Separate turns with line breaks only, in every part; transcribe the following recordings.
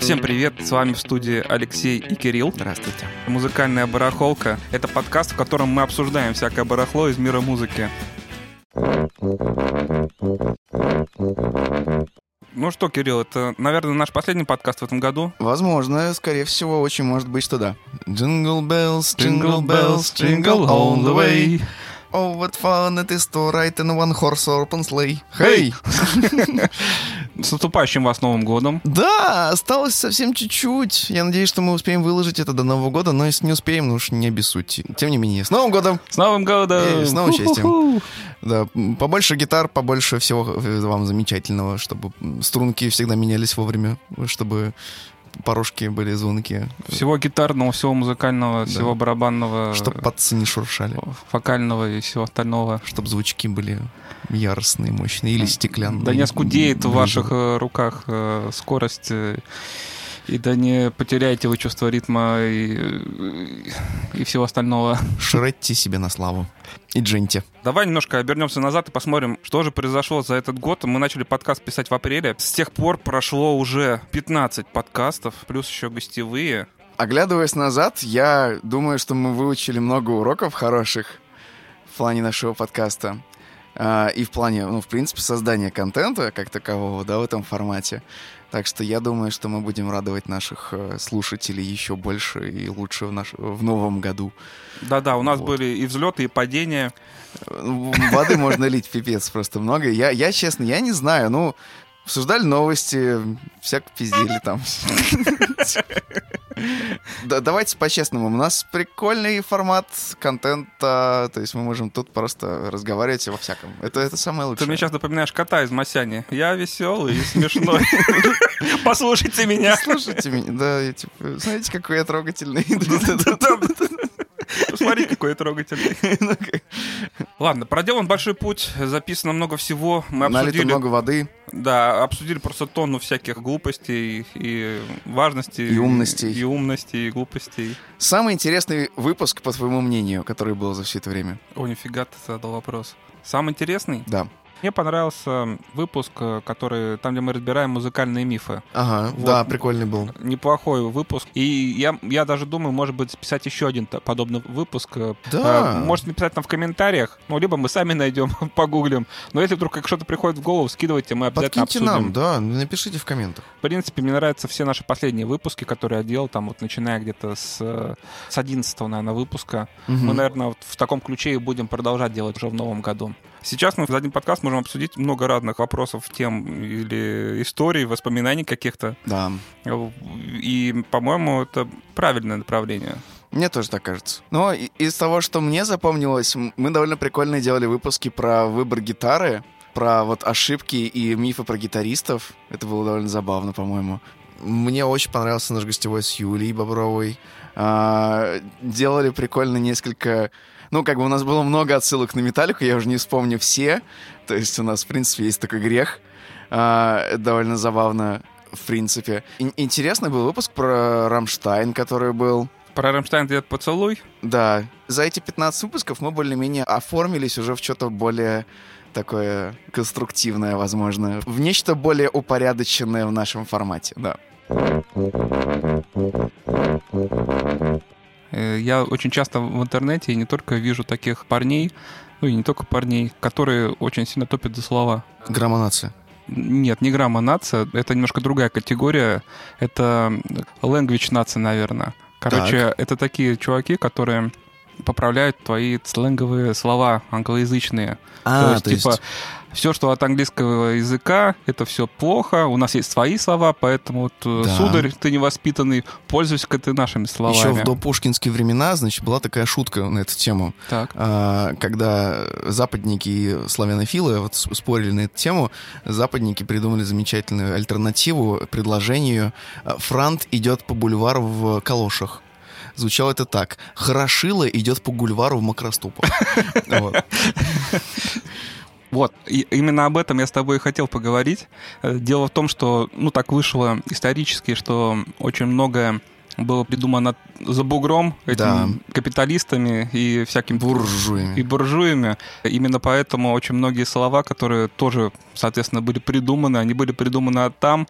Всем привет, с вами в студии Алексей и Кирилл.
Здравствуйте.
Музыкальная барахолка — это подкаст, в котором мы обсуждаем всякое барахло из мира музыки. Ну что, Кирилл, это, наверное, наш последний подкаст в этом году.
Возможно, скорее всего, очень может быть, что да. Jingle bells, jingle bells,
jingle
jingle all the way. Oh, what fun it is to ride in a one horse open sleigh. Hey!
С наступающим вас Новым годом.
Да, осталось совсем чуть-чуть. Я надеюсь, что мы успеем выложить это до Нового года, но если не успеем, ну уж не бесуйте. Тем не менее, с Новым годом!
С Новым годом!
Эй, с новым счастьем.
Ху-ху-ху.
Да, м, побольше гитар, побольше всего э, вам замечательного, чтобы м, струнки всегда менялись вовремя, чтобы порожки были звонкие,
Всего гитарного, всего музыкального,
Да.
всего барабанного,
чтобы патцы не шуршали.
вокального и всего остального.
чтобы звучки были яростные, мощные или стеклянные.
Да не скудеет в
Ближе.
ваших э, руках э, скорость, э, и да не потеряете вы чувство ритма и, э, и всего остального.
Шретьте себе на славу. И джиньте.
Давай немножко обернемся назад и посмотрим, что же произошло за этот год. Мы начали подкаст писать в апреле. С тех пор прошло уже 15 подкастов, плюс еще гостевые.
Оглядываясь назад, я думаю, что мы выучили много уроков хороших в плане нашего подкаста. А, И в плане, ну, в принципе, создания контента как такового, да, в этом формате. Так что я думаю, что мы будем радовать наших э, слушателей еще больше и лучше в, наш... в новом году.
Да-да, у нас
Вот.
были и взлеты, и падения.
Ну, Воды можно лить, пипец, просто много. Я, я, честно, я не знаю, ну, обсуждали новости, всяко пиздили там. Да, давайте по-честному. У нас прикольный формат контента, то есть мы можем тут просто разговаривать во всяком. Это, это самое
Ты мне
лучшее.
сейчас напоминаешь кота из Масяни. Я веселый и смешной. Послушайте меня.
Слушайте меня, да, я типа, знаете, какой я трогательный.
Смотри, какой я трогательный.
Ну, как-
Ладно, проделан большой путь, записано много всего. Мы
Налито
обсудили,
много воды
да, обсудили просто тонну всяких глупостей и важностей.
И умностей.
И умностей, и глупостей.
Самый интересный выпуск, по твоему мнению, который был за все это время.
О, нифига ты задал вопрос. Самый интересный?
Да.
Мне понравился выпуск, э, который там, где мы разбираем музыкальные мифы.
Ага,
Вот.
да, прикольный был.
Неплохой выпуск. И я, я даже думаю, может быть, списать еще один та- подобный выпуск. э,
Да.
Э, Можете написать нам в комментариях, ну, либо мы сами найдем, погуглим. Но если вдруг как что-то приходит в голову, скидывайте, мы обязательно
Подкиньте
обсудим.
нам, да, напишите в комментах.
В принципе, мне нравятся все наши последние выпуски, которые я делал, там вот начиная где-то с, э, с 11 наверное, выпуска. Мы, наверное, вот в таком ключе и будем продолжать делать уже в новом году. Сейчас мы за один подкаст можем обсудить много разных вопросов, тем или историй, воспоминаний каких-то.
Да.
И, по-моему, это правильное направление.
Мне тоже так кажется. Но и- из того, что мне запомнилось, м- мы довольно прикольно делали выпуски про выбор гитары, про вот ошибки и мифы про гитаристов. Это было довольно забавно, по-моему. Мне очень понравился наш гостевой с Юлей Бобровой. А, делали прикольно несколько... Ну, как бы у нас было много отсылок на «Металлику», я уже не вспомню все. То есть у нас, в принципе, есть такой грех. А, это довольно забавно, в принципе. Ин- интересный был выпуск про «Рамштайн», который был.
Про Рамштайн дед поцелуй.
Да, за эти 15 выпусков мы более-менее оформились уже в что-то более такое конструктивное, возможно, в нечто более упорядоченное в нашем формате, да.
Э, Я очень часто в интернете и не только вижу таких парней, ну и не только парней, которые очень сильно топят за слова.
Граммонация.
Нет, не грамма нация, это немножко другая категория. Это language нация, наверное. Короче, это такие чуваки, которые поправляют твои сленговые слова англоязычные.
А,
то есть, типа, все, что от английского языка, это все плохо, у нас есть свои слова, поэтому вот, э,
Да.
сударь, ты невоспитанный, пользуйся-ка ты нашими словами.
еще в допушкинские времена, значит, была такая шутка на эту тему,
Так.
а, когда западники и славянофилы вот с- спорили на эту тему, западники придумали замечательную альтернативу предложению а, «Франт идет по бульвару в калошах». Звучало это так. «Хорошила идет по бульвару в макроступах». Вот.
Вот, и именно об этом я с тобой и хотел поговорить. Э, Дело в том, что, ну, так вышло исторически, что очень многое было придумано за бугром этими
Да.
капиталистами и всякими и
Буржуями.
буржуями. Именно поэтому очень многие слова, которые тоже, соответственно, были придуманы, они были придуманы там,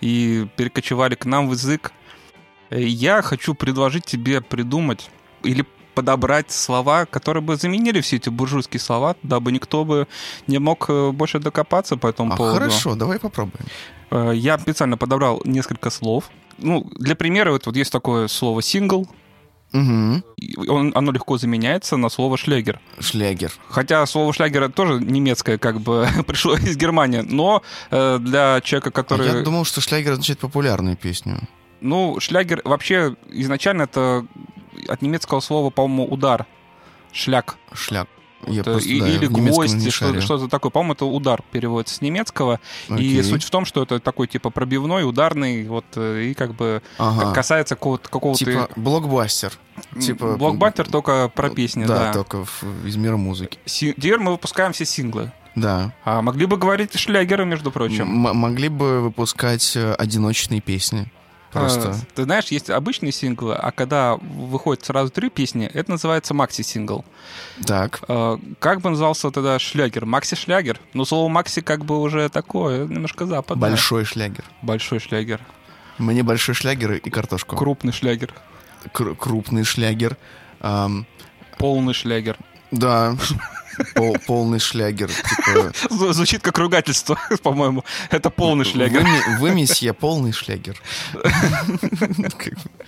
и перекочевали к нам в язык. Э, Я хочу предложить тебе придумать или подобрать слова, которые бы заменили все эти буржуйские слова, дабы никто бы не мог э, больше докопаться по этому
а
поводу. Э,
Хорошо, давай попробуем.
Я специально подобрал несколько слов. Ну, для примера, вот, вот есть такое слово «сингл»,
Угу.
Он, оно легко заменяется на слово шлягер.
Шлягер.
Хотя слово шлягер тоже немецкое, как бы пришло из Германии, но э, для человека, который.
А я думал, что шлягер означает популярную песню.
Ну, шлягер вообще изначально это от немецкого слова, по-моему, удар. Шляк.
Шляк.
Я вот, просто, и, да, или гвоздь, что, что-то такое. По-моему, это удар переводится с немецкого. Окей. И суть в том, что это такой типа пробивной, ударный, вот э, и как бы ага. касается какого-то... какого-то...
Типа блокбастер. Типа...
Блокбастер только про песни, да.
Э, Да, только в, из мира музыки.
Си... Теперь мы выпускаем все синглы.
Да.
А могли бы говорить шлягеры, между прочим.
М- могли бы выпускать э, одиночные песни. Просто. А,
ты знаешь, есть обычные синглы, а когда выходит сразу три песни, это называется макси-сингл.
Так.
А, как бы назывался тогда шлягер? Макси-шлягер. Но слово макси как бы уже такое, немножко западное.
Большой шлягер.
Большой шлягер.
Мне большой шлягер и картошку.
Крупный шлягер.
Кр- крупный шлягер. Эм...
Полный шлягер.
Да. Пол, полный шлягер. Типа...
Звучит как ругательство, по-моему. Это полный шлягер.
Вы, вы месье, полный шлягер.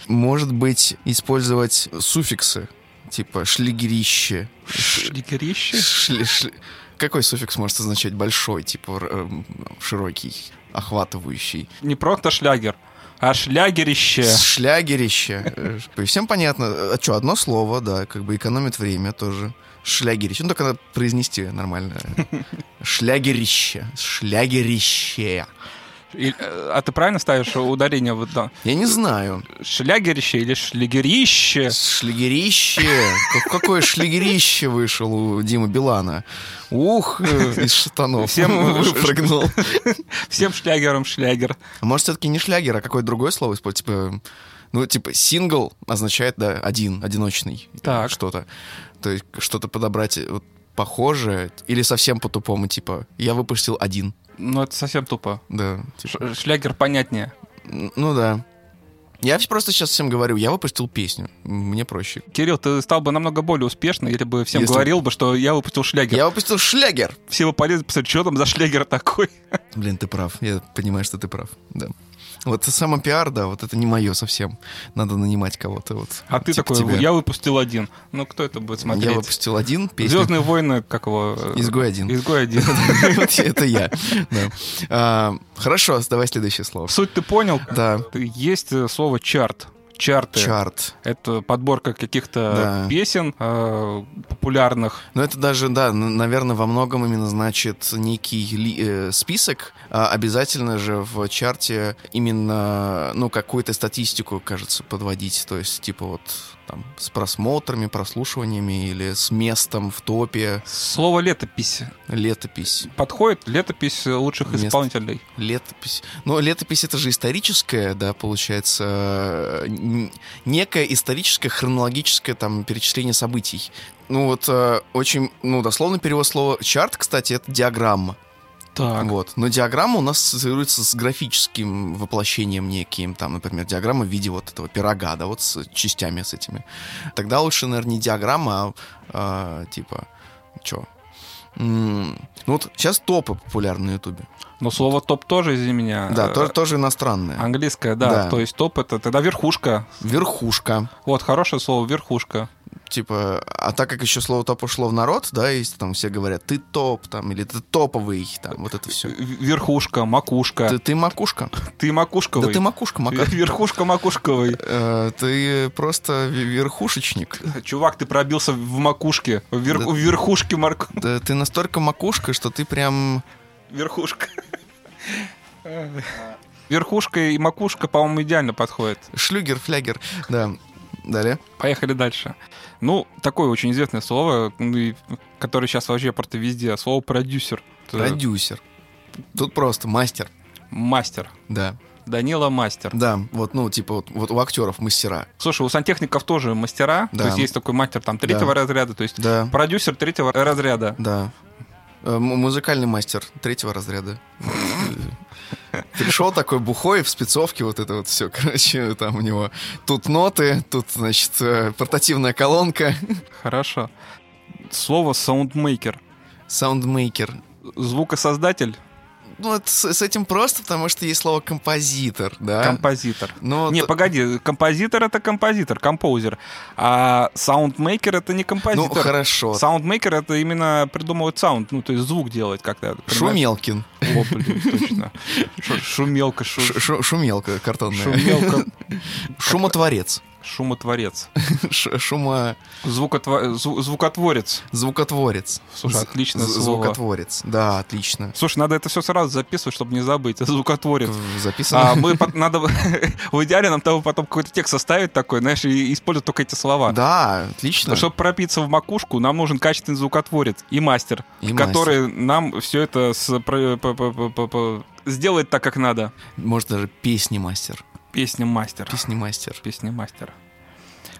Может быть, использовать суффиксы, типа шлягерище.
Шлягерище?
Шли, шли... Какой суффикс может означать большой, типа э, широкий, охватывающий?
Не просто шлягер. А шлягерище.
Шлягерище. Э, И всем понятно. А что, одно слово, да, как бы экономит время тоже. Шлягерище. Ну, только надо произнести нормально. Шлягерище. Шлягерище.
И, а ты правильно ставишь ударение вот там?
Я не знаю.
Шлягерище или шлягерище?
Шлягерище. Какое шлягерище вышел у Димы Билана. Ух, э, из шатанов.
Всем выпрыгнул. Всем шлягером шлягер.
Может, все-таки не шлягер, а какое другое слово использовать? Типа, ну, типа, сингл означает, да, один, одиночный.
Так.
Что-то. То есть что-то подобрать э, вот, похожее или совсем по-тупому, типа, я выпустил один.
Ну, это совсем тупо.
Да.
Типа. Шлягер понятнее.
Ну да. Я просто сейчас всем говорю, я выпустил песню, мне проще.
Кирилл, ты стал бы намного более успешным, или бы всем Если... говорил бы, что я выпустил шлягер.
Я выпустил шлягер!
Все бы полезли посмотреть, что там за шлягер такой.
Блин, ты прав, я понимаю, что ты прав, да. Вот самопиар, да, вот это не мое совсем. Надо нанимать кого-то. Вот,
а ты типа такой, тебя. я выпустил один. Ну, кто это будет смотреть?
Я выпустил один песню.
«Звездные войны», как его?
«Изгой один».
«Изгой один».
Это я. Хорошо, давай следующее слово.
Суть ты понял?
Да.
Есть э, слово «чарт». Чарты.
Чарт.
Это подборка каких-то да. песен э, популярных.
Ну, это даже, да, наверное, во многом именно значит некий ли, э, список. А обязательно же в чарте именно, ну, какую-то статистику, кажется, подводить. То есть, типа, вот там, с просмотрами, прослушиваниями или с местом в топе.
Слово летопись.
Летопись.
Подходит летопись лучших Мест... исполнителей.
Летопись. Но летопись это же историческая, да, получается, э, некое историческое хронологическое там перечисление событий. Ну вот э, очень, ну дословно перевод слова чарт, кстати, это диаграмма.
Так.
Вот. Но диаграмма у нас ассоциируется с графическим воплощением неким, там, например, диаграмма в виде вот этого пирога, да, вот с частями с этими. Тогда лучше, наверное, не диаграмма, а э, типа, чё? М-м- ну вот сейчас топы популярны на Ютубе.
Но слово топ тоже, извини меня. э,
Да, тоже, тоже иностранное.
Английское, да. да. То есть топ это тогда верхушка.
Верхушка.
Вот, хорошее слово, верхушка.
Типа, а так как еще слово топ ушло в народ, да, и там все говорят, ты топ, там, или ты топовый, там, вот это все.
Верхушка, макушка.
Ты, ты макушка.
Ты макушковый.
Да ты макушка, макушка. Э,
Верхушка макушковый.
Ты просто верхушечник.
Чувак, ты пробился в макушке, в верхушке марк.
Ты настолько макушка, что ты прям
верхушка. Верхушка и макушка, по-моему, идеально подходят.
Шлюгер, флягер, да. Далее.
Поехали дальше. Ну, такое очень известное слово, ну которое сейчас вообще просто везде. Слово продюсер.
Продюсер. Тут просто мастер.
Мастер.
Да.
Данила мастер.
Да, вот, ну, типа, вот, вот у актеров мастера.
Слушай, у сантехников тоже мастера. Да. То есть есть такой мастер там третьего да. разряда, то есть да. продюсер третьего разряда.
Э, Да. Музыкальный мастер третьего разряда. Пришел такой бухой в спецовке, вот это вот все, короче, там у него тут ноты, тут, значит, э, портативная колонка.
Хорошо. Слово саундмейкер.
Саундмейкер.
Звукосоздатель?
Ну, это, с, с этим просто, потому что есть слово композитор, да? Ну,
Композитор.
Но
не,
т-
погоди, композитор это композитор, композер. А саундмейкер это не
Ну,
композитор.
хорошо.
Саундмейкер это именно придумывать саунд, ну, то есть звук делать как-то. понимаешь?
Шумелкин.
О, блин, точно. Шу- Шумелка, шу-
Ш- шу- Шумелка картонная.
шумелка,
Шумотворец.
шумотворец.
Ш- Шума...
Звукотво- зву- Звукотворец.
Звукотворец.
Слушай,
З-
отличное
з-
слово.
Звукотворец. Да, отлично.
Слушай, надо это все сразу записывать, чтобы не забыть. Звукотворец.
Записано.
А мы пот- надо в идеале нам того потом какой-то текст составить такой, знаешь, и использовать только эти слова.
Да, отлично.
Чтобы пропиться в макушку, нам нужен качественный звукотворец и мастер,
И
который нам все это с- про- по- по- по- по- по- сделает так, как надо.
Может, даже песни мастер.
Песня мастер.
Песни мастер.
Песня мастера.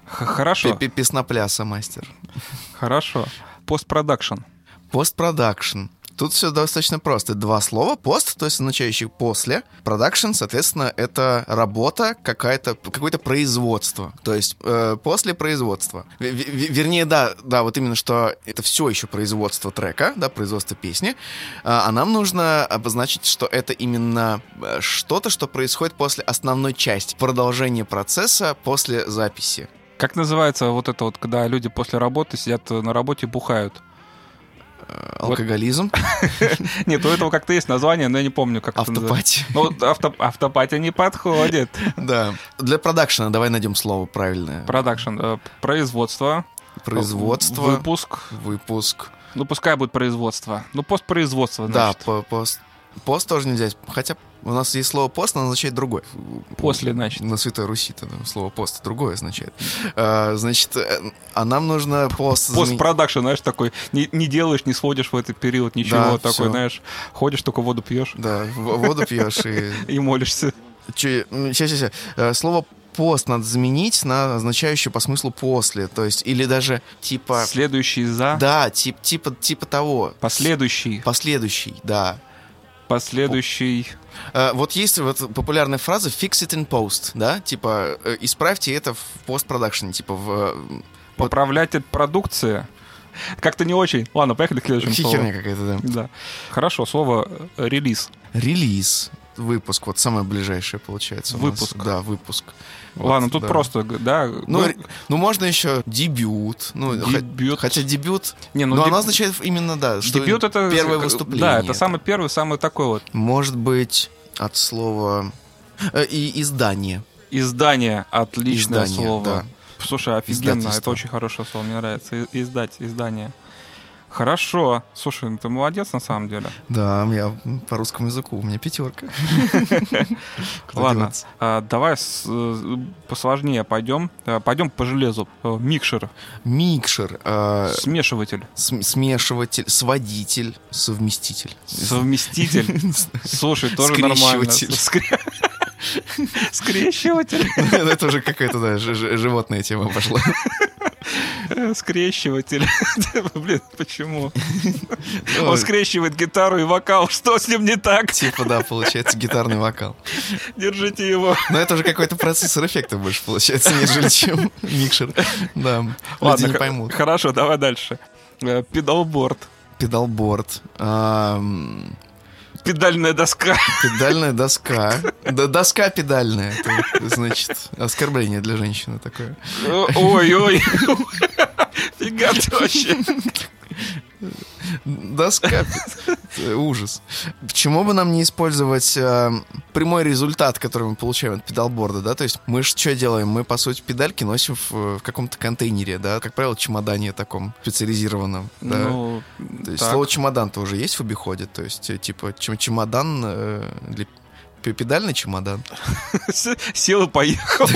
Х- Хорошо,
Пе- пе- Песнопляса мастер.
хорошо. Постпродакшн.
Постпродакшн. Тут все достаточно просто. Два слова. Пост, то есть означающий после. Продакшн, соответственно, это работа, какая-то, какое-то производство. То есть э, после производства. В- в- в- вернее, да, да, вот именно что это все еще производство трека, да, производство песни. А, а нам нужно обозначить, что это именно э, что-то, что происходит после основной части. Продолжение процесса после записи.
Как называется вот это вот, когда люди после работы сидят на работе и бухают?
Э, Алкоголизм,
Нет, у этого как-то есть название, но я не помню, как это называется.
автопатия.
Ну, вот авто, автопатия не подходит.
Да. Для продакшена давай найдем слово правильное.
Продакшн. э, Производство.
Производство,
Выпуск.
выпуск.
Ну, пускай будет производство. Ну, постпроизводство,
Да,
значит.
по- пост. Пост тоже нельзя. Хотя у нас есть слово пост, но оно означает другое.
После, значит.
На Святой Руси -то, слово пост другое означает. А, значит, э, а нам нужно пост... заменить-
Постпродакшн, знаешь, такой, не, не делаешь, не сводишь в этот период ничего,
Да,
такой,
всё.
знаешь, ходишь, только воду пьешь
Да, в- воду пьешь и...
и молишься.
Че, м, ща, ща, ща. Э, Слово пост надо заменить на означающее по смыслу после. То есть, или даже типа...
Следующий за,
Да, тип, типа, типа того.
последующий,
Последующий, да.
последующий.
Э, Вот есть вот популярная фраза «fix it in post», да? Типа, э, исправьте это в постпродакшене, типа в... э, вот-
Поправлять от продукции. Как-то не очень. Ладно, поехали к следующему слову.
Херня э, какая-то, да.
Да. Хорошо, слово э, релиз.
Релиз, выпуск, вот самое ближайшее получается у нас.
Выпуск.
Да, выпуск. Вот,
Ладно, тут
да.
просто, г- да.
Ну,
вы-
ре- ну, можно еще дебют. Ну, хо-
Дебют.
Хотя дебют...
не, ну,
но
деб-
оно означает именно, да, что
дебют это
первое
э,
выступление.
Да, это самый первый, самый такой вот
Может быть, от слова... э, И издание.
Издание отличное
Издание,
слово.
да.
Слушай, офигенно, это
Издательство.
очень хорошее слово, мне нравится. И- Издать, издание. Хорошо. Слушай, ну ты молодец на самом деле.
Да, я по русскому языку, у меня пятерка. Куда
Ладно,
деваться?
а, давай с- э, посложнее пойдем. А, Пойдем по железу. Э, Микшер,
Микшер. э,
смешиватель,
См- смешиватель, сводитель, совместитель.
совместитель. Слушай, тоже нормально.
Скрещиватель.
Скре- Скрещиватель.
Это уже какая-то, да, ж- ж- животная тема пошла.
Э, Скрещиватель. Блин, почему? Он скрещивает гитару и вокал. Что с ним не так?
Ну, Типа, да, получается гитарный вокал.
Держите его.
Но это уже какой-то процессор эффекта больше получается, нежели чем микшер. Да, люди
Ладно,
не
х-
поймут.
Хорошо, давай дальше. Э, Педалборд.
Педалборд, ам,
Педальная доска.
педальная доска. Да, доска педальная. Это, значит, оскорбление для женщины такое.
Ой-ой. Фига ты вообще.
Доска. Э, Ужас. Почему бы нам не использовать э, прямой результат, который мы получаем от педалборда, да? То есть мы же что делаем? Мы, по сути, педальки носим в, э, в каком-то контейнере, да? Как правило, чемодане таком специализированном, да?
Ну,
то есть
так.
слово чемодан тоже есть в обиходе, то есть э, типа чем- чемодан э, для п- педальный чемодан.
с- сел и поехал.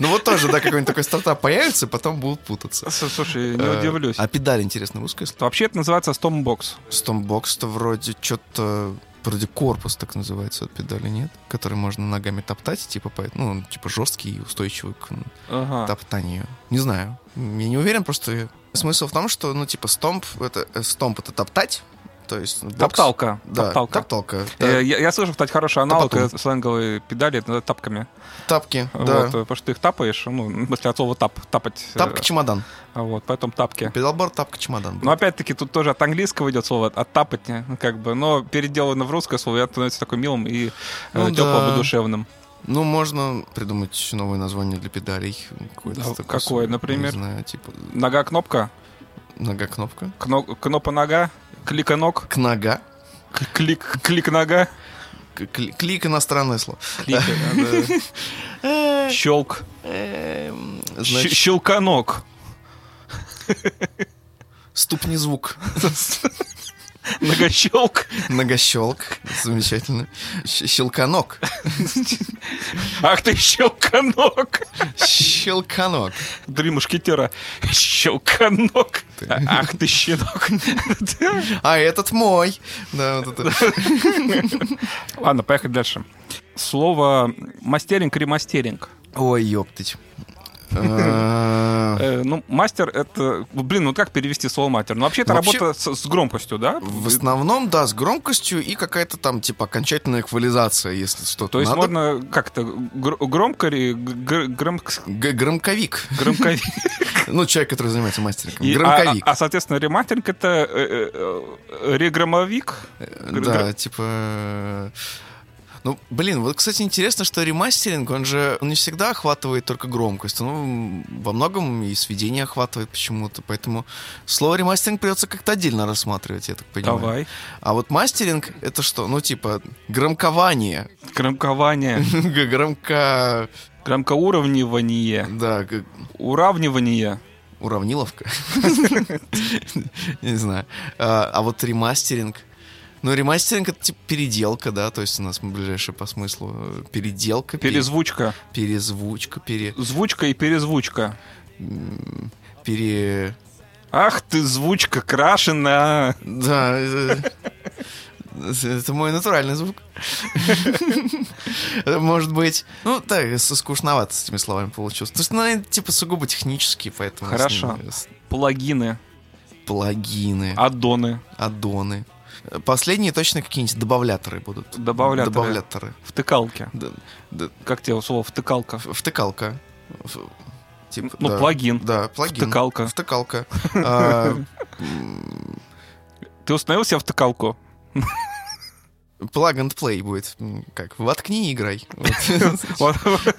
Ну вот тоже, да, какой-нибудь такой стартап появится, потом будут путаться.
С- Слушай, не
Э,
удивлюсь.
А педаль, интересно, русское слово?
Вообще это называется стомбокс.
Стомбокс-то вроде что-то... Вроде корпус так называется от педали, нет? Который можно ногами топтать, типа, поэтому, ну, он, типа, жесткий и устойчивый к м,
Ага.
топтанию. Не знаю. Я не уверен, просто... Смысл в том, что, ну, типа, стомп — это... э, Стомп — это топтать, То есть бокс.
Топталка.
Да,
топталка.
топталка. да.
Э, Я, я слышу, кстати, хороший аналог
Топотун.
э, сленговой педали это тапками.
Тапки,
Вот,
да.
э, потому что ты их тапаешь, ну, в смысле, от слова тап, тапать. э,
Тапка-чемодан.
Вот, поэтому тапки.
Педалборд, тапка-чемодан.
Но опять-таки тут тоже от английского идет слово оттапать, не, как бы, но переделано в русское слово, и оно становится такой милым и
Ну
теплым
да.
и душевным.
Ну, можно придумать новое название для педалей. Какое-то
Да,
такое
какое,
с-
например?
Не знаю, типа
Нога кнопка,
нога-кнопка.
кно- кнопа нога, клика ног,
Кнага.
к- клик, клик нога,
К- кли- Клик иностранное слово.
клик, да.
Э,
щелк,
Эм,
щ-
Значит,
щелка ног.
ступнезвук.
Многощелк.
Многощелк. Замечательно. Щ- Щелканок.
Ах ты, щелканок!
Щелканок.
Три мушкетера. Щелканок! Ах ты, щенок!
А этот мой. Да, вот это.
Ладно, поехали дальше. Слово мастеринг, ремастеринг.
Ой, ёптыть. Э,
Э, ну, мастер это... Блин, ну как перевести слово мастер? Ну, вообще это
Вообще-
работа с, с громкостью, да? Э,
В основном, да, с громкостью и какая-то там, типа, окончательная эквализация, если что-то
То есть
надо.
можно как-то гр- громко... ре- гр- громк-
Г- Громковик.
громко-
Ну, человек, который занимается мастериком.
И- а-
Громковик.
А, а, соответственно, ремастеринг это э, э, э, регромовик.
Э,
гр-
Да, типа... э, Ну, блин, вот, кстати, интересно, что ремастеринг, он же он не всегда охватывает только громкость. Ну, во многом и сведение охватывает почему-то. Поэтому слово ремастеринг придется как-то отдельно рассматривать, я так понимаю.
Давай.
А вот мастеринг — это что? Ну, типа, громкование.
Громкование.
Г- Громко...
Громкоуровневание.
Да, г-
Уравнивание.
Уравниловка? Не знаю. А а вот ремастеринг. Ну, ремастеринг это типа переделка, да, то есть у нас ближайшее по смыслу э, переделка, пере-
Перезвучка.
перезвучка, пере...
Звучка и перезвучка.
м, пере...
Ах ты, звучка крашена.
Да, э, э, это мой натуральный звук. Это Может быть, ну так, э, скучновато с этими словами получилось. Потому что, ну, они, типа, сугубо технические, поэтому... с
Хорошо.
ними, э, с-
Плагины.
Плагины.
Аддоны.
аддоны. Последние точно какие-нибудь добавляторы будут.
Добавляторы.
Добавляторы.
Втыкалки.
Да, да,
Как тебе слово втыкалка?
в- втыкалка. В- типа,
Ну,
да.
плагин.
Да, плагин.
Втыкалка.
Втыкалка. А, м,
Ты установил себе втыкалку?
Plug and play будет. М, Как? Воткни и играй. Вот.
Вот.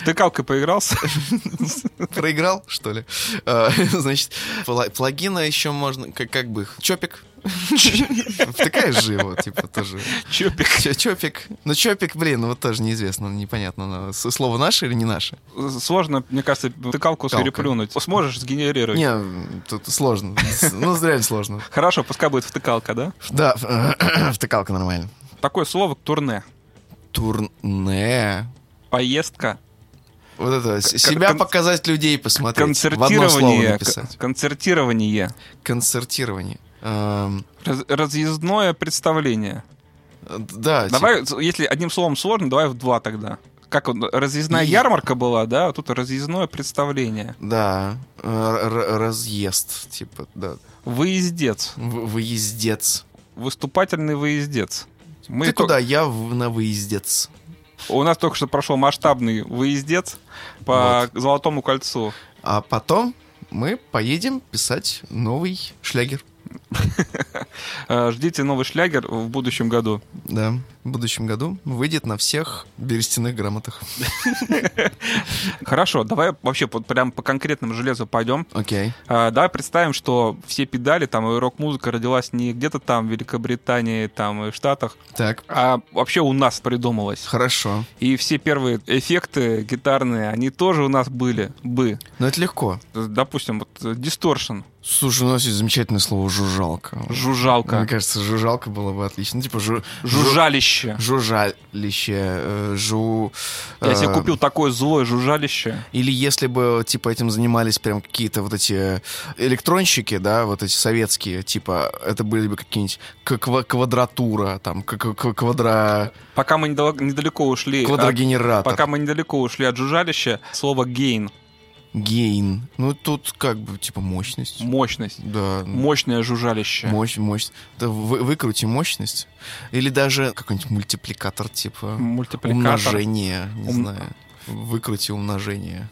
Втыкалкой поигрался?
Проиграл, что ли? А, Значит, пла- плагина еще можно... Как как бы их? Чопик. Втыкаешь же его, типа, тоже.
Чупик.
Чё- Чопик. Ну, чопик, блин, вот тоже неизвестно, непонятно, но с- слово наше или не наше.
Сложно, мне кажется, втыкалку
Втыкалка.
переплюнуть. Сможешь сгенерировать?
Не, тут сложно. С- Ну, реально сложно.
Хорошо, пускай будет втыкалка, да?
Да, втыкалка нормально.
Такое слово турне.
Турне.
Поездка.
Вот это, с-
Кон-
себя
кон-
показать, людей посмотреть. В одно слово
Концертирование.
написать.
кон- Концертирование.
Концертирование. Эм,
Раз- разъездное представление.
Да,
Давай, если одним словом сложно, давай в два тогда. Как он, разъездная
И-
ярмарка была, да, а тут разъездное представление.
тип- Да, э, р- разъезд, типа, да.
Выездец.
В- Выездец.
Выступательный выездец. Мы
Ты
то-
куда? Я в- на выездец.
У нас только что прошел масштабный выездец по Золотому кольцу.
А потом мы поедем писать новый шлягер.
Э, Ждите новый шлягер в будущем году.
Да, в будущем году выйдет на всех берестяных грамотах.
Хорошо, давай вообще вот прям по конкретному железу пойдем.
Окей.
А, Давай представим, что все педали там и рок-музыка родилась не где-то там в Великобритании, там и в Штатах,
Так,
а вообще у нас придумалась.
хорошо.
И все первые эффекты гитарные, они тоже у нас были бы.
Но это легко.
Допустим, вот э, дисторшн,
Слушай, у нас есть замечательное слово «жужжалка». Мне
жужжалка,
кажется, жужжалка было бы отлично. Ну, Типа жу...
жужжалище.
жу- Жужжалище, э, жу...
Я себе
э,
купил такое злое жужжалище.
Или если бы, типа, этим занимались прям какие-то вот эти электронщики, да, вот эти советские, типа, это были бы какие-нибудь к- ква- квадратура, там, к- к- к- квадра...
Пока мы а недал- недалеко ушли... от-
квадрогенератор.
Пока мы недалеко ушли от жужжалища, слово гейн.
Гейн. Ну, тут как бы, типа, мощность.
Мощность.
Да.
Мощное жужжалище.
Мощь, мощь. Да, вы, выкрути мощность. Или даже какой-нибудь мультипликатор, типа.
Мультипликатор.
Умножение, не
Ум-
знаю. Выкрути умножение.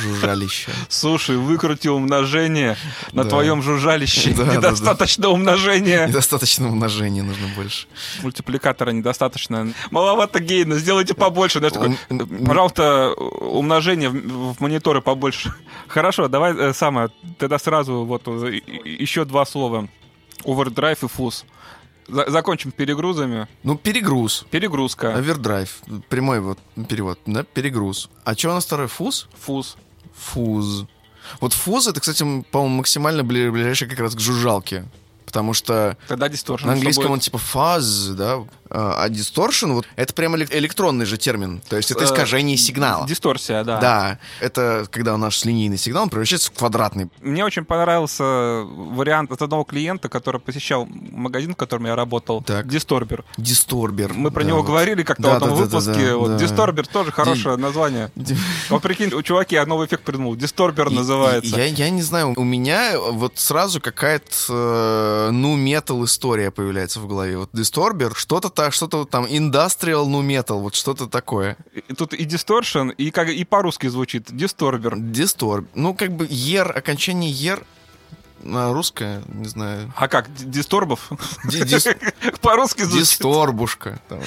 Жужжалище.
Слушай, выкрути умножение на
Да.
твоем жужжалище.
Да, да, да.
Недостаточно умножения.
Недостаточно умножения, нужно больше.
Мультипликатора недостаточно. Маловато гейна, сделайте побольше. Да, я такой,
Он-
Пожалуйста, умножение в в мониторы побольше. Хорошо, давай э, самое. Тогда сразу вот э, и- и- еще два слова. Овердрайв и фуз. За- Закончим перегрузами.
Ну, перегруз. А
Перегрузка.
Овердрайв. Прямой вот перевод. Да, перегруз. А что у нас второй? Фуз?
Фуз.
Фуз. Вот фуз, это, кстати, м, по-моему, максимально бли- ближайший как раз к жужжалке. Потому что
Тогда дисторшн.
на английском
Что
он типа фаз, да, а distortion, вот это прям элек- электронный же термин, то есть это
Э,
искажение сигнала.
будет? Дисторсия, да.
Да, это когда наш линейный сигнал превращается в квадратный.
Мне очень понравился вариант от одного клиента, который посещал магазин, в котором я работал.
Так.
Дисторбер.
Дисторбер.
Мы про
да,
него
вот.
говорили как-то в
Да,
этом
да, да, да,
выпуске.
да,
вот
да.
Дисторбер тоже хорошее название. Вот прикинь, у чуваки я новый эффект придумал. Дисторбер
И-
называется.
и- Я, я не знаю, у меня вот сразу какая-то э, ну метал история появляется в голове. Вот Distorber, что-то так, что-то вот там индастриал ну метал, вот что-то такое.
И Тут и дисторшн, и как и по-русски звучит дисторбер.
Distorb. Ну, как бы ер, окончание ер, на русское, не знаю.
А как, ди- дисторбов?
Ди- дис-
По-русски звучит.
Дисторбушка. там,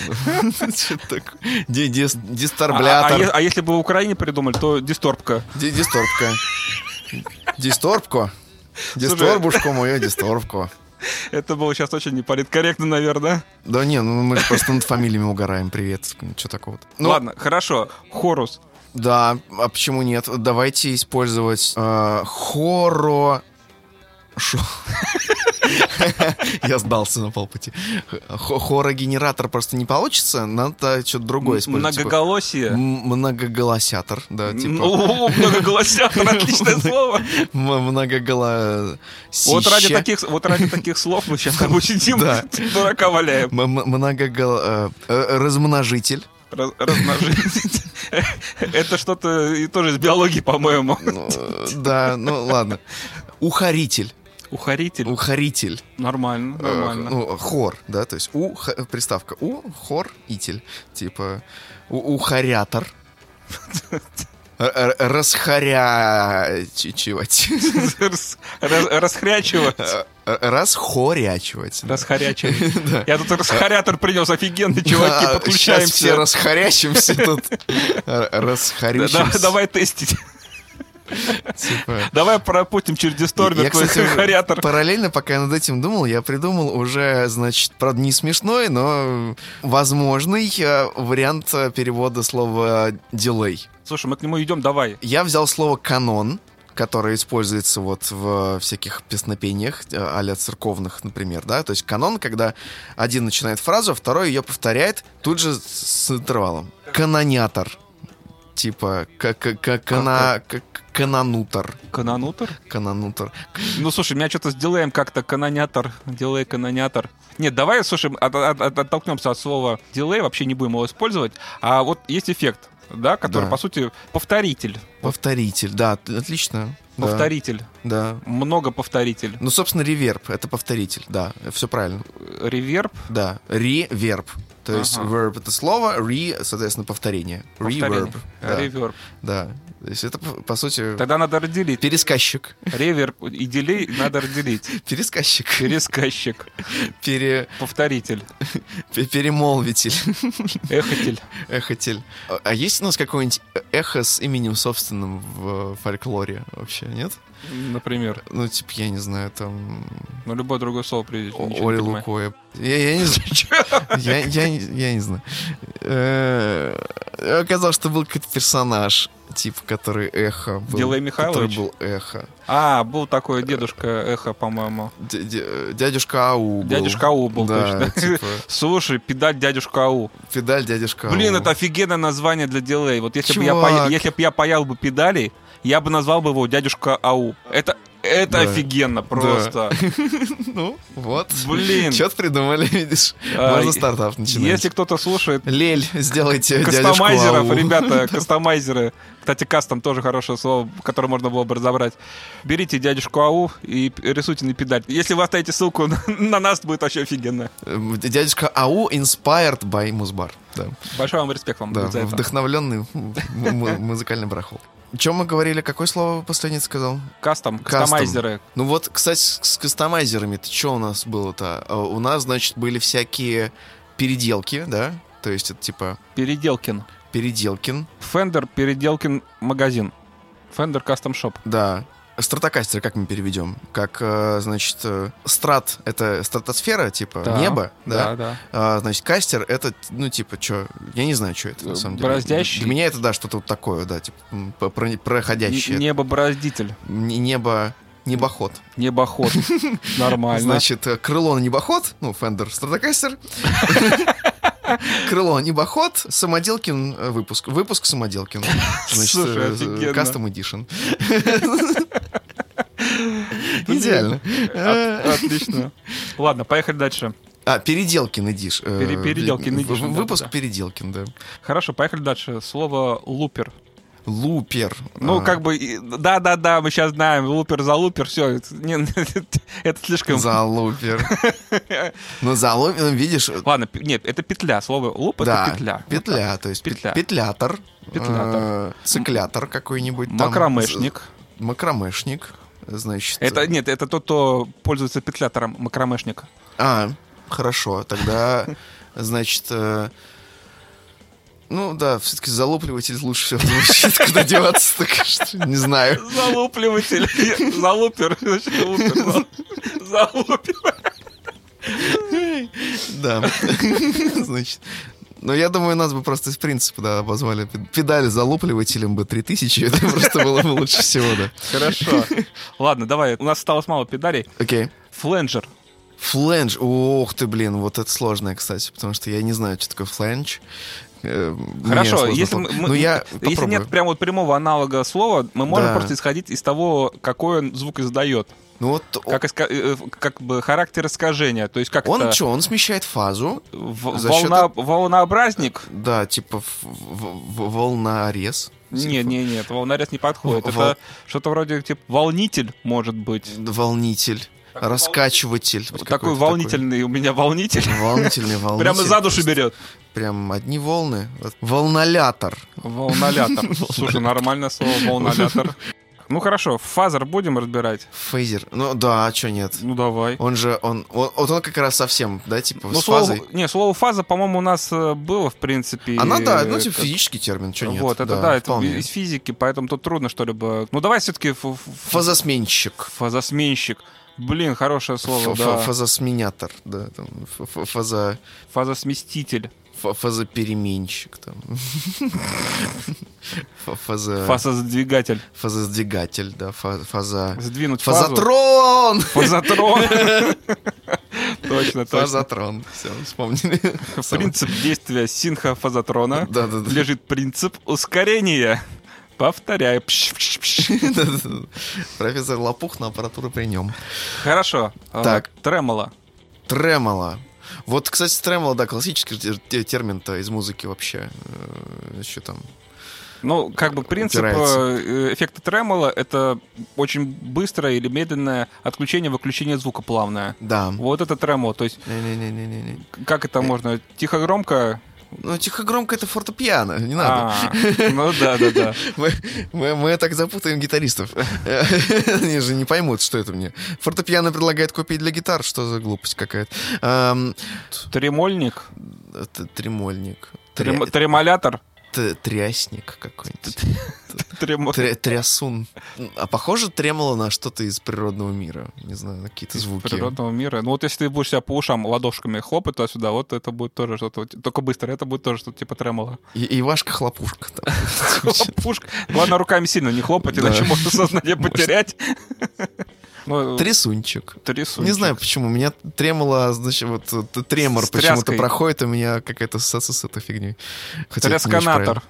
да. Что-то такое. Ди- дис-
А, а е-
Дисторблятор.
а если бы в Украине придумали, то дисторбка.
Ди- Дисторбка. Дисторбко. Дисторбушку мою, дисторбку.
Это было сейчас очень неполиткорректно, наверное.
Да не, ну мы же просто над фамилиями угораем. Привет. Что такого-то? Ну,
Ладно, хорошо. Хорус.
Да, а почему нет? Давайте использовать э, хоро... Шо? Я сдался на полпути. Хо- Хорогенератор просто не получится, надо что-то другое использовать. типа
Многоголосие.
м- Многоголосятор, да, типа Ну,
Ну, Многоголосятор, отличное слово.
м- многоголо...
Вот ради
сище.
таких, вот ради таких слов мы сейчас там сидим,
Да.
дурака валяем.
М- м- Многогол... э, э, Размножитель.
Раз- размножить. Это что-то и тоже из биологии, по-моему.
Ну, э, Да, ну ладно. Ухаритель.
Ухаритель.
Ухаритель.
Нормально,
Э,
нормально.
Ну, хор, да, то есть у х- приставка у хор итель, типа у, ухарятор. Р- р- Расхорячивать.
Раз- раз- Расхрячивать.
Э, Расхорячивать. да.
Расхорячивать.
Да.
Я тут расхорятор принес, офигенный,
Да,
чуваки,
щас все
подключаемся.
расхорячимся тут. Р-
Да,
Расхорячимся.
да, Давай тестить.
типа.
Давай пропутим через дисторбер
Я,
твой
кстати,
расхорятор.
Параллельно, пока я над этим думал, я придумал уже, значит, правда, не смешной, но возможный э, вариант э, перевода слова «дилей».
Слушай, мы к нему идем, давай.
Я взял слово канон, которое используется вот в всяких песнопениях, э, а-ля церковных, например, да. То есть канон, когда один начинает фразу, а второй ее повторяет тут же с- с интервалом. Канонятор. Типа к- к- к- кана- к- к- канонутор.
Канонутор?
Канонутор.
Ну, слушай, меня что-то сделаем как-то канонятор. Дилей, канонятор. Нет, давай, слушай, от- от- от- оттолкнемся от слова дилей, вообще не будем его использовать. А вот есть эффект, да, который,
Да.
по сути, повторитель.
Повторитель. Да, т- отлично. Да,
Повторитель.
Да.
Много повторитель.
Ну, собственно, реверб — это повторитель, да, все правильно,
Реверб.
да. Реверб, то есть
Ага.
verb — это слово, re, соответственно, повторение.
повторение. А,
Реверб, да.
Реверб.
Да. То есть это, по по сути,
Тогда надо разделить.
пересказчик.
Реверб и делей надо разделить.
Пересказчик.
Пересказчик,
Пере-
повторитель,
пе- перемолвитель.
эхотель.
Эхотель. А- А есть у нас какое-нибудь эхо с именем собственным в э, фольклоре вообще, нет?
Например.
Ну, типа, я не знаю, там...
Ну, любое другое слово придет.
О-
ничего не
Оля
понимаю.
Лукоя. Я, я не знаю. Я, я не- я не знаю. Э, Оказалось, что был какой-то персонаж, типа, который эхо был.
Делай
который
Михайлович?
был эхо.
А, был такой дедушка эхо, по-моему.
Дя- дя- Дядюшка Ау был.
Дядюшка Ау был,
Да,
точно.
типа,
Слушай, педаль дядюшка Ау.
педаль дядюшка
Блин,
Ау.
это офигенное название для дилей. Вот если бы я,
Чувак.
поя- если б я паял бы педали, я бы назвал бы его дядюшка Ау. Это Это
Да.
офигенно просто.
Ну, вот.
Блин.
Чё-то придумали, видишь.
А,
Можно
и-
стартап начинать.
Если кто-то слушает
Лель, сделайте дядюшку
кастомайзеров,
Вову.
ребята, кастомайзеры. Кстати, кастом тоже хорошее слово, которое можно было бы разобрать. Берите дядюшку АУ и п- рисуйте на педаль. Если вы оставите ссылку на, на нас, будет вообще офигенно.
Эм, Дядюшка АУ inspired by Музбар. Да,
Большой вам респект вам
да
будет за это.
вдохновленный м- м- музыкальный брахол. Чем мы говорили? Какое слово последнее ты сказал?
Кастом,
Кастом.
кастомайзеры.
Ну вот, кстати, с с кастомайзерами, ты что у нас было-то? А, У нас, значит, были всякие переделки, да? То есть это типа
Переделкин.
переделкин,
Фендер, Переделкин, магазин. Фендер Кастом Шоп.
да. Стратокастер, как мы переведем? Как, э, значит, э, страт — это стратосфера, типа
Да.
небо,
Да,
да?
да.
А, значит, кастер — это, ну, типа, что? Я не знаю, что это на самом деле.
Бороздящий?
Для меня это, да, что-то вот такое, да, типа, м, про- про-
Н-
проходящее.
Небобороздитель.
Н- Небо... Небоход.
Небоход. Нормально.
Значит, э, крыло на небоход, ну, Фендер Стратокастер. Крыло небоход, Самоделкин э, выпуск. Выпуск Самоделкин. Значит,
Слушай,
э,
офигенно.
Custom Edition. Идеально.
От- Отлично. Ладно, поехали дальше.
А, Переделкин Эдиш. э,
Пере- Переделкин
в-
Edition,
в-
да,
Выпуск
да.
Переделкин, да.
Хорошо, поехали дальше. Слово лупер.
Лупер.
Ну,
А,
как бы, и- да-да-да, мы сейчас знаем, лупер за лупер, все, это слишком...
За лупер. Ну, за лупер, ну, видишь, э,
Ладно, пи- нет, это петля, слово луп — это
да,
петля.
петля, то есть пет-
Петля.
петлятор,
Петлятор.
э, циклятор какой-нибудь, там,
Макромешник.
з- макромешник, значит,
Это, нет, это тот, кто пользуется петлятором, макромешник.
А, хорошо, тогда, значит, э, ну да, все-таки залупливатель лучше всего звучит, куда деваться, так что не знаю.
Залупливатель, залупер, лупер, залупер.
Да. Значит. Но я думаю, нас бы просто из принципа да, обозвали пед- педаль залупливателем бы 3000, это просто было бы лучше всего, да.
Хорошо. Ладно, давай, у нас осталось мало педалей.
Окей.
Фленджер.
Фленж. Ох ты, блин, вот это сложное, кстати, потому что я не знаю, что такое фленж. Э, мне
Хорошо,
сложно
если,
пом-
мы- мы-
Ну, я
если
попробую.
нет прям вот прямого аналога слова, мы можем
Да.
просто исходить из того, какой он звук издает.
Ну вот
Как, иска- э, э, как бы характер искажения. То есть как
он
это
что, он смещает фазу,
в-
за счет-
волна- волнообразник?
Да, типа в- в- в- волнорез. Типа
Нет, нет, нет, волнорез не подходит.
Во-
Это что-то вроде типа волнитель, может быть.
Волнитель.
Такой
раскачиватель. Вот
Такой
какой-то
волнительный у меня волнитель.
такой. Волнительный, волнитель.
Прямо за душу берет.
Прям одни волны. Вот. Волнолятор.
Волнолятор. Слушай, нормальное слово, волнолятор. Ну хорошо, фазер будем разбирать?
Фейзер. Ну да, а чё нет?
Ну давай.
Он же, он, он- вот он как раз совсем, да, типа
Ну,
с
слово,
фазой.
не, слово фаза, по-моему, у нас э, было, в принципе.
Она, да,
э,
ну, типа
как-
физический термин, что нет.
Вот, это да, это
вполне.
из физики, поэтому тут трудно что-либо. Ну, давай все-таки
Фазосменщик.
фазосменщик. Блин, хорошее слово,
Ф-
да.
ф- Фазосменятор, да. Там, ф- ф- фаза...
Фазосместитель.
ф- Фазопеременщик, там. Ф- Фаза...
Фазосдвигатель.
Фазосдвигатель, да, фа- фаза...
Сдвинуть фазу.
Э, Фазотрон!
Фазотрон. Точно, точно.
Фазотрон. Все, вспомнили.
Принцип действия синхофазотрона.
Да, да, да.
Лежит принцип ускорения. Повторяю. Пш, пш, пш.
Профессор Лопух на аппаратуру при нем.
Хорошо. А,
Так.
Тремоло.
Тремоло. Вот, кстати, тремоло, да, классический тер- те- термин-то из музыки вообще. Еще там.
Ну, как бы принцип
Упирается.
э, эффекта тремоло — это очень быстрое или медленное отключение-выключение звука плавное.
Да.
Вот это тремоло. То есть
Не-не-не-не-не.
как это можно? Тихо-громко?
Ну, тихо громко это фортепиано, не надо.
А, ну да-да-да.
Мы, мы- мы так запутаем гитаристов. Они же не поймут, что это мне. Фортепиано предлагает купить для гитар, что за глупость какая-то. Ам,
Тремольник?
Это тремольник.
Трем- Тремолятор?
Тря- т- Трясник какой-нибудь.
Тремо-
Тря- Трясун. А похоже тремоло на что-то из природного мира. Не знаю, на какие-то звуки.
природного мира. Ну вот если ты будешь себя по ушам ладошками хлопать туда-сюда, вот это будет тоже что-то, только быстро, это будет тоже что-то типа тремоло.
И- Ивашка-хлопушка. там.
Хлопушка. Ладно, руками сильно не хлопать,
Да.
иначе можно сознание потерять. Ну,
Трясунчик.
трясунчик.
Не знаю почему, у меня тремоло, значит, вот э, т- тремор
С
почему-то
тряской.
проходит, у меня какая-то ассоциация с этой фигней. Хотя это не очень
Тресканатор.
правильно.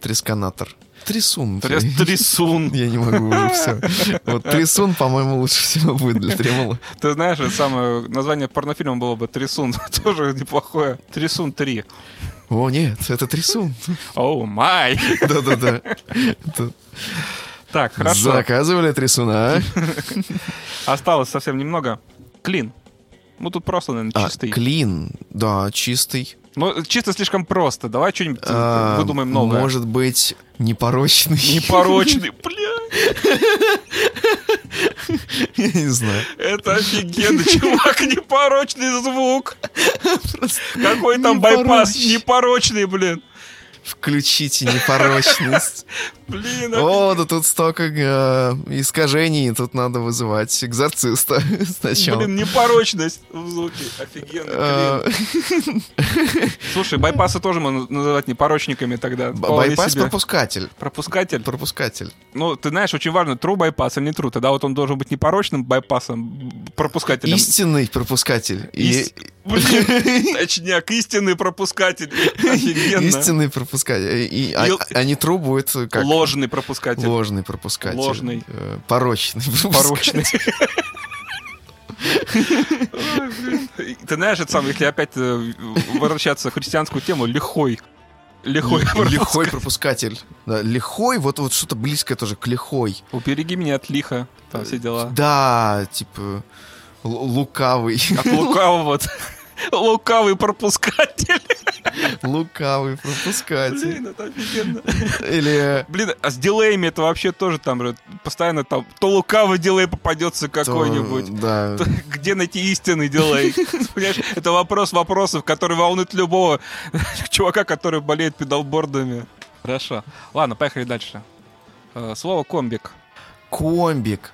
Тресканатор. Трясун.
Тряс трясун.
Я не могу уже все. Вот трясун, по-моему, лучше всего будет для Тремола.
Ты знаешь, самое название порнофильма было бы «Трясун». Тоже неплохое. «Трясун 3».
О, нет, это трясун.
Оу, май!
Да-да-да.
Так, хорошо.
Заказывали трясуна. а?
Осталось совсем немного. Клин. Ну, тут просто, наверное,
А,
чистый.
клин, да, чистый.
Ну, чисто слишком просто. Давай что-нибудь
А,
э, выдумаем новое.
Может быть, непорочный.
Непорочный. Бля,
Я не знаю.
это офигенно, чувак, непорочный звук. Какой там
непорочный.
байпас? Непорочный, блин.
Включите непорочность.
Блин,
О, да тут столько э, искажений, тут надо вызывать экзорциста
офиг-
сначала.
блин, непорочность в звуке. Офигенно.
Э,
блин. Слушай, байпасы тоже можно называть непорочниками тогда.
б-
Вполне
Байпас
себе.
пропускатель.
Пропускатель.
Пропускатель.
Ну, ты знаешь, очень важно, true байпас или не true. Тогда вот он должен быть непорочным байпасом, б- пропускателем.
Истинный пропускатель. И-
Ист- Блин, точняк, истинный пропускатель. Офигенно.
Истинный пропускатель. И, и- а,
Ил-
а не true будет как?
Ложный пропускатель.
Ложный пропускатель.
Ложный.
Э, порочный
Порочный.
пропускатель.
Ой, блин. Ты знаешь, это самое, если опять э, возвращаться в христианскую тему, лихой. Лихой. пропуск-
Лихой пропускатель. Да, лихой, вот, вот что-то близкое тоже к лихой.
Убереги меня от лиха. Там все дела.
Да, типа лу- лукавый.
От лукавого. Лукавый пропускатель.
Лукавый пропускатель.
Блин, это офигенно.
Или
Блин, а с дилеями это вообще тоже там же постоянно там то лукавый дилей попадется
то-
какой-нибудь.
Да.
То Где найти истинный дилей? Понимаешь, это вопрос вопросов, который волнует любого чувака, который болеет педалбордами. Хорошо. Ладно, поехали дальше. Э, Слово комбик.
Комбик.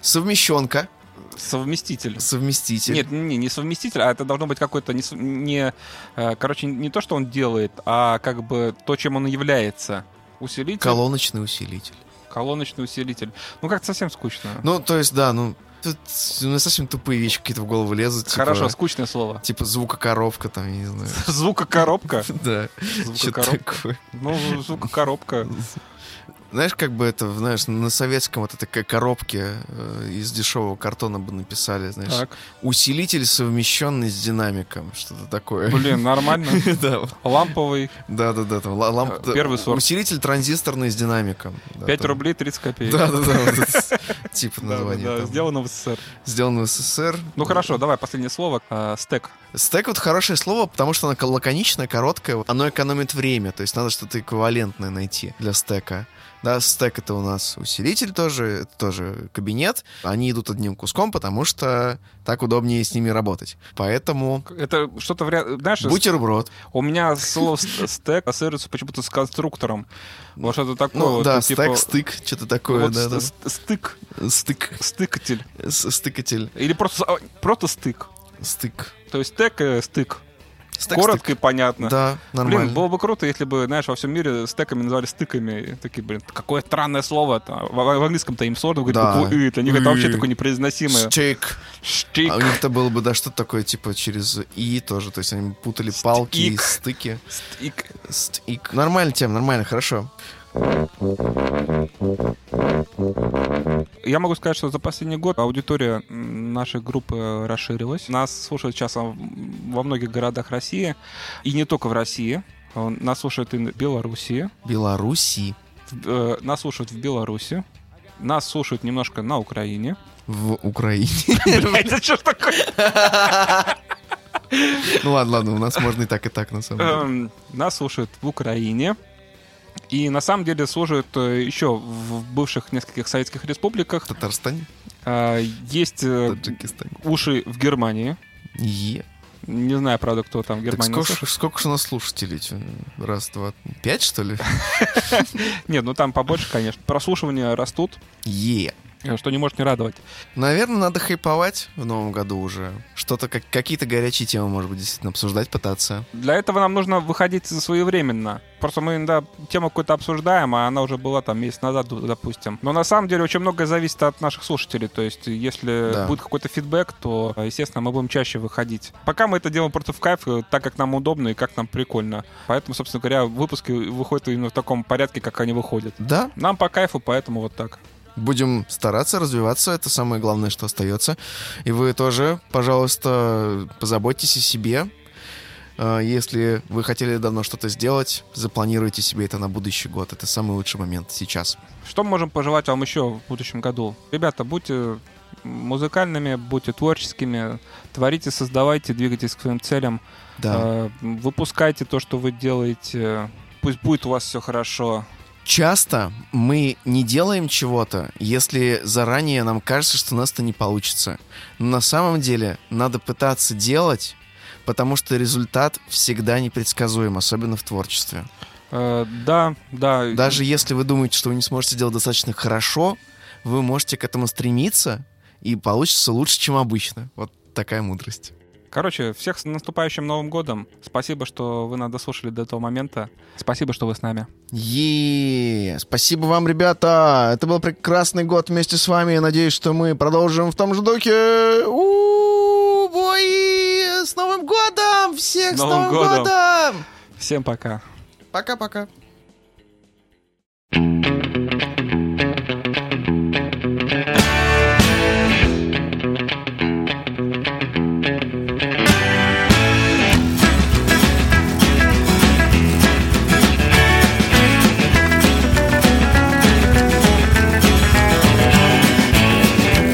Совмещенка.
Совместитель.
Совместитель.
Нет, не, не совместитель, а это должно быть какой-то не, сов- не, э, короче, не то, что он делает, а как бы то, чем он является. Усилитель,
Колоночный усилитель.
колоночный усилитель. Ну как-то совсем скучно.
Ну, то есть, да, ну, тут ну, совсем тупые вещи какие-то в голову лезут. типа-
Хорошо, скучное слово.
Типа звукокоробка там, я не знаю.
Звукокоробка.
Да, что
Звукокоробка.
такое.
Ну, звукокоробка.
Знаешь, как бы это, знаешь, на советском вот этой ко- коробке э, из дешевого картона бы написали, знаешь,
Так.
усилитель, совмещенный с динамиком, что-то такое.
Блин, нормально.
Да, вот.
Ламповый.
да, да, да, там ла- ламп-
Э, первый
да,
сорт.
Усилитель транзисторный с динамиком. Да,
5
там.
рублей 30 копеек.
Да, да, да, вот это типа
Да, да,
название.
да,
там.
сделано в СССР.
Сделано в СССР.
Ну хорошо, давай последнее слово. А, Стек.
Стек вот хорошее слово, потому что оно кол- лаконичное, короткое, вот. оно экономит время, то есть надо что-то эквивалентное найти для стека. Да, стек это у нас усилитель тоже, это тоже кабинет. Они идут одним куском, потому что так удобнее с ними работать. Поэтому
Это что-то вряд... Знаешь,
бутерброд.
у меня слово ст- стек ассоциируется почему-то с конструктором. Вот что-то такое.
Ну
вот,
да,
ну,
стек,
типа,
стык, что-то такое,
вот
да,
ст- ст- Стык.
да. Стык,
Стыкатель.
с- стыкатель,
Или просто, а, просто стык.
стык.
То есть стек, э, стык.
Стек,
Коротко и понятно.
стык. Да,
Блин,
нормально.
было бы круто, если бы, знаешь, во всем мире стеками называли стыками. И Такие, блин, какое странное слово. это. В, в английском-то им сложно говорить
Да.
букву «ы». Для них это вообще
«Ы».
такое непроизносимое.
Стик.
Штик.
А у них-то было бы, да, что-то такое, типа, через «и» тоже. То есть они путали палки и
Стик.
стыки.
Стик.
Стик. Нормальная тема, нормально, хорошо.
Я могу сказать, что за последний год аудитория м, нашей группы расширилась. Нас слушают сейчас а, м, во многих городах России, и не только в России. Э, Нас слушают и в Белоруссии,
Беларуси.
в- э, нас слушают в Беларуси, нас слушают немножко на Украине.
В Украине.
Блядь, это что ж такое?
Ну ладно, ладно, у нас можно и так, и так, на самом деле.
Эм, Нас слушают в Украине. И на самом деле служат э, еще в бывших нескольких советских республиках.
Татарстане,
Э, Есть э,
Таджикистане.
уши в Германии.
Е.
Не знаю, правда, кто там в
Так
Германии. нас
сколько, ж- сколько же у нас слушателей? Чё, Раз, два, пять, что ли?
Нет, ну там побольше, конечно. Прослушивания растут.
Е.
Что не может не радовать.
Наверное, надо хайповать в новом году уже. Что-то, как, какие-то горячие темы, может быть, действительно обсуждать, пытаться.
Для этого нам нужно выходить своевременно. Просто мы иногда тему какую-то обсуждаем, а она уже была там месяц назад, допустим. Но на самом деле очень многое зависит от наших слушателей. То есть, если
Да.
будет какой-то фидбэк, то, естественно, мы будем чаще выходить. Пока мы это делаем против кайф, э, так как нам удобно и как нам прикольно. Поэтому, собственно говоря, выпуски выходят именно в таком порядке, как они выходят.
Да,
Нам по кайфу, поэтому вот так.
будем стараться развиваться, это самое главное, что остается. И вы тоже, пожалуйста, позаботьтесь о себе. Э, Если вы хотели давно что-то сделать, запланируйте себе это на будущий год. Это самый лучший момент сейчас.
Что мы можем пожелать вам еще в будущем году? Ребята, будьте музыкальными, будьте творческими, творите, создавайте, двигайтесь к своим целям,
Да.
Э, выпускайте то, что вы делаете, пусть будет у вас все хорошо.
Часто мы не делаем чего-то, если заранее нам кажется, что у нас это не получится. Но на самом деле надо пытаться делать, потому что результат всегда непредсказуем, особенно в творчестве.
Э, да, да.
Даже если вы думаете, что вы не сможете делать достаточно хорошо, вы можете к этому стремиться, и получится лучше, чем обычно. Вот такая мудрость.
Короче, всех с наступающим Новым годом. Спасибо, что вы нас дослушали до этого момента. Спасибо, что вы с нами.
Е, спасибо вам, ребята. Это был прекрасный год вместе с вами. Я надеюсь, что мы продолжим в том же духе. у бои! С Новым годом! Всех с
Новым
Новым
годом!
годом!
Всем пока.
Пока-пока.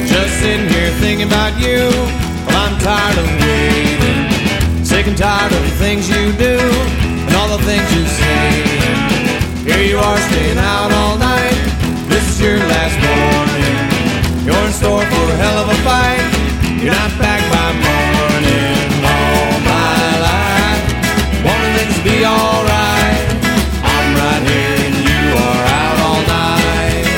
Just sitting here thinking about you. Well, I'm tired of waiting. Sick and tired of the things you do and all the things you say. Here you are staying out all night. This is your last warning. You're in store for a hell of a fight. You're not back by morning. All my life, wanting things to be alright. I'm right here and you are out all night.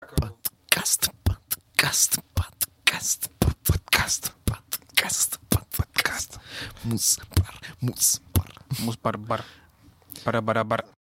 Подкаст, подкаст, подкаст, подкаст, подкаст, подкаст. Мусбар, мусбар.
Мусбар-бар. Пара-бара-бар.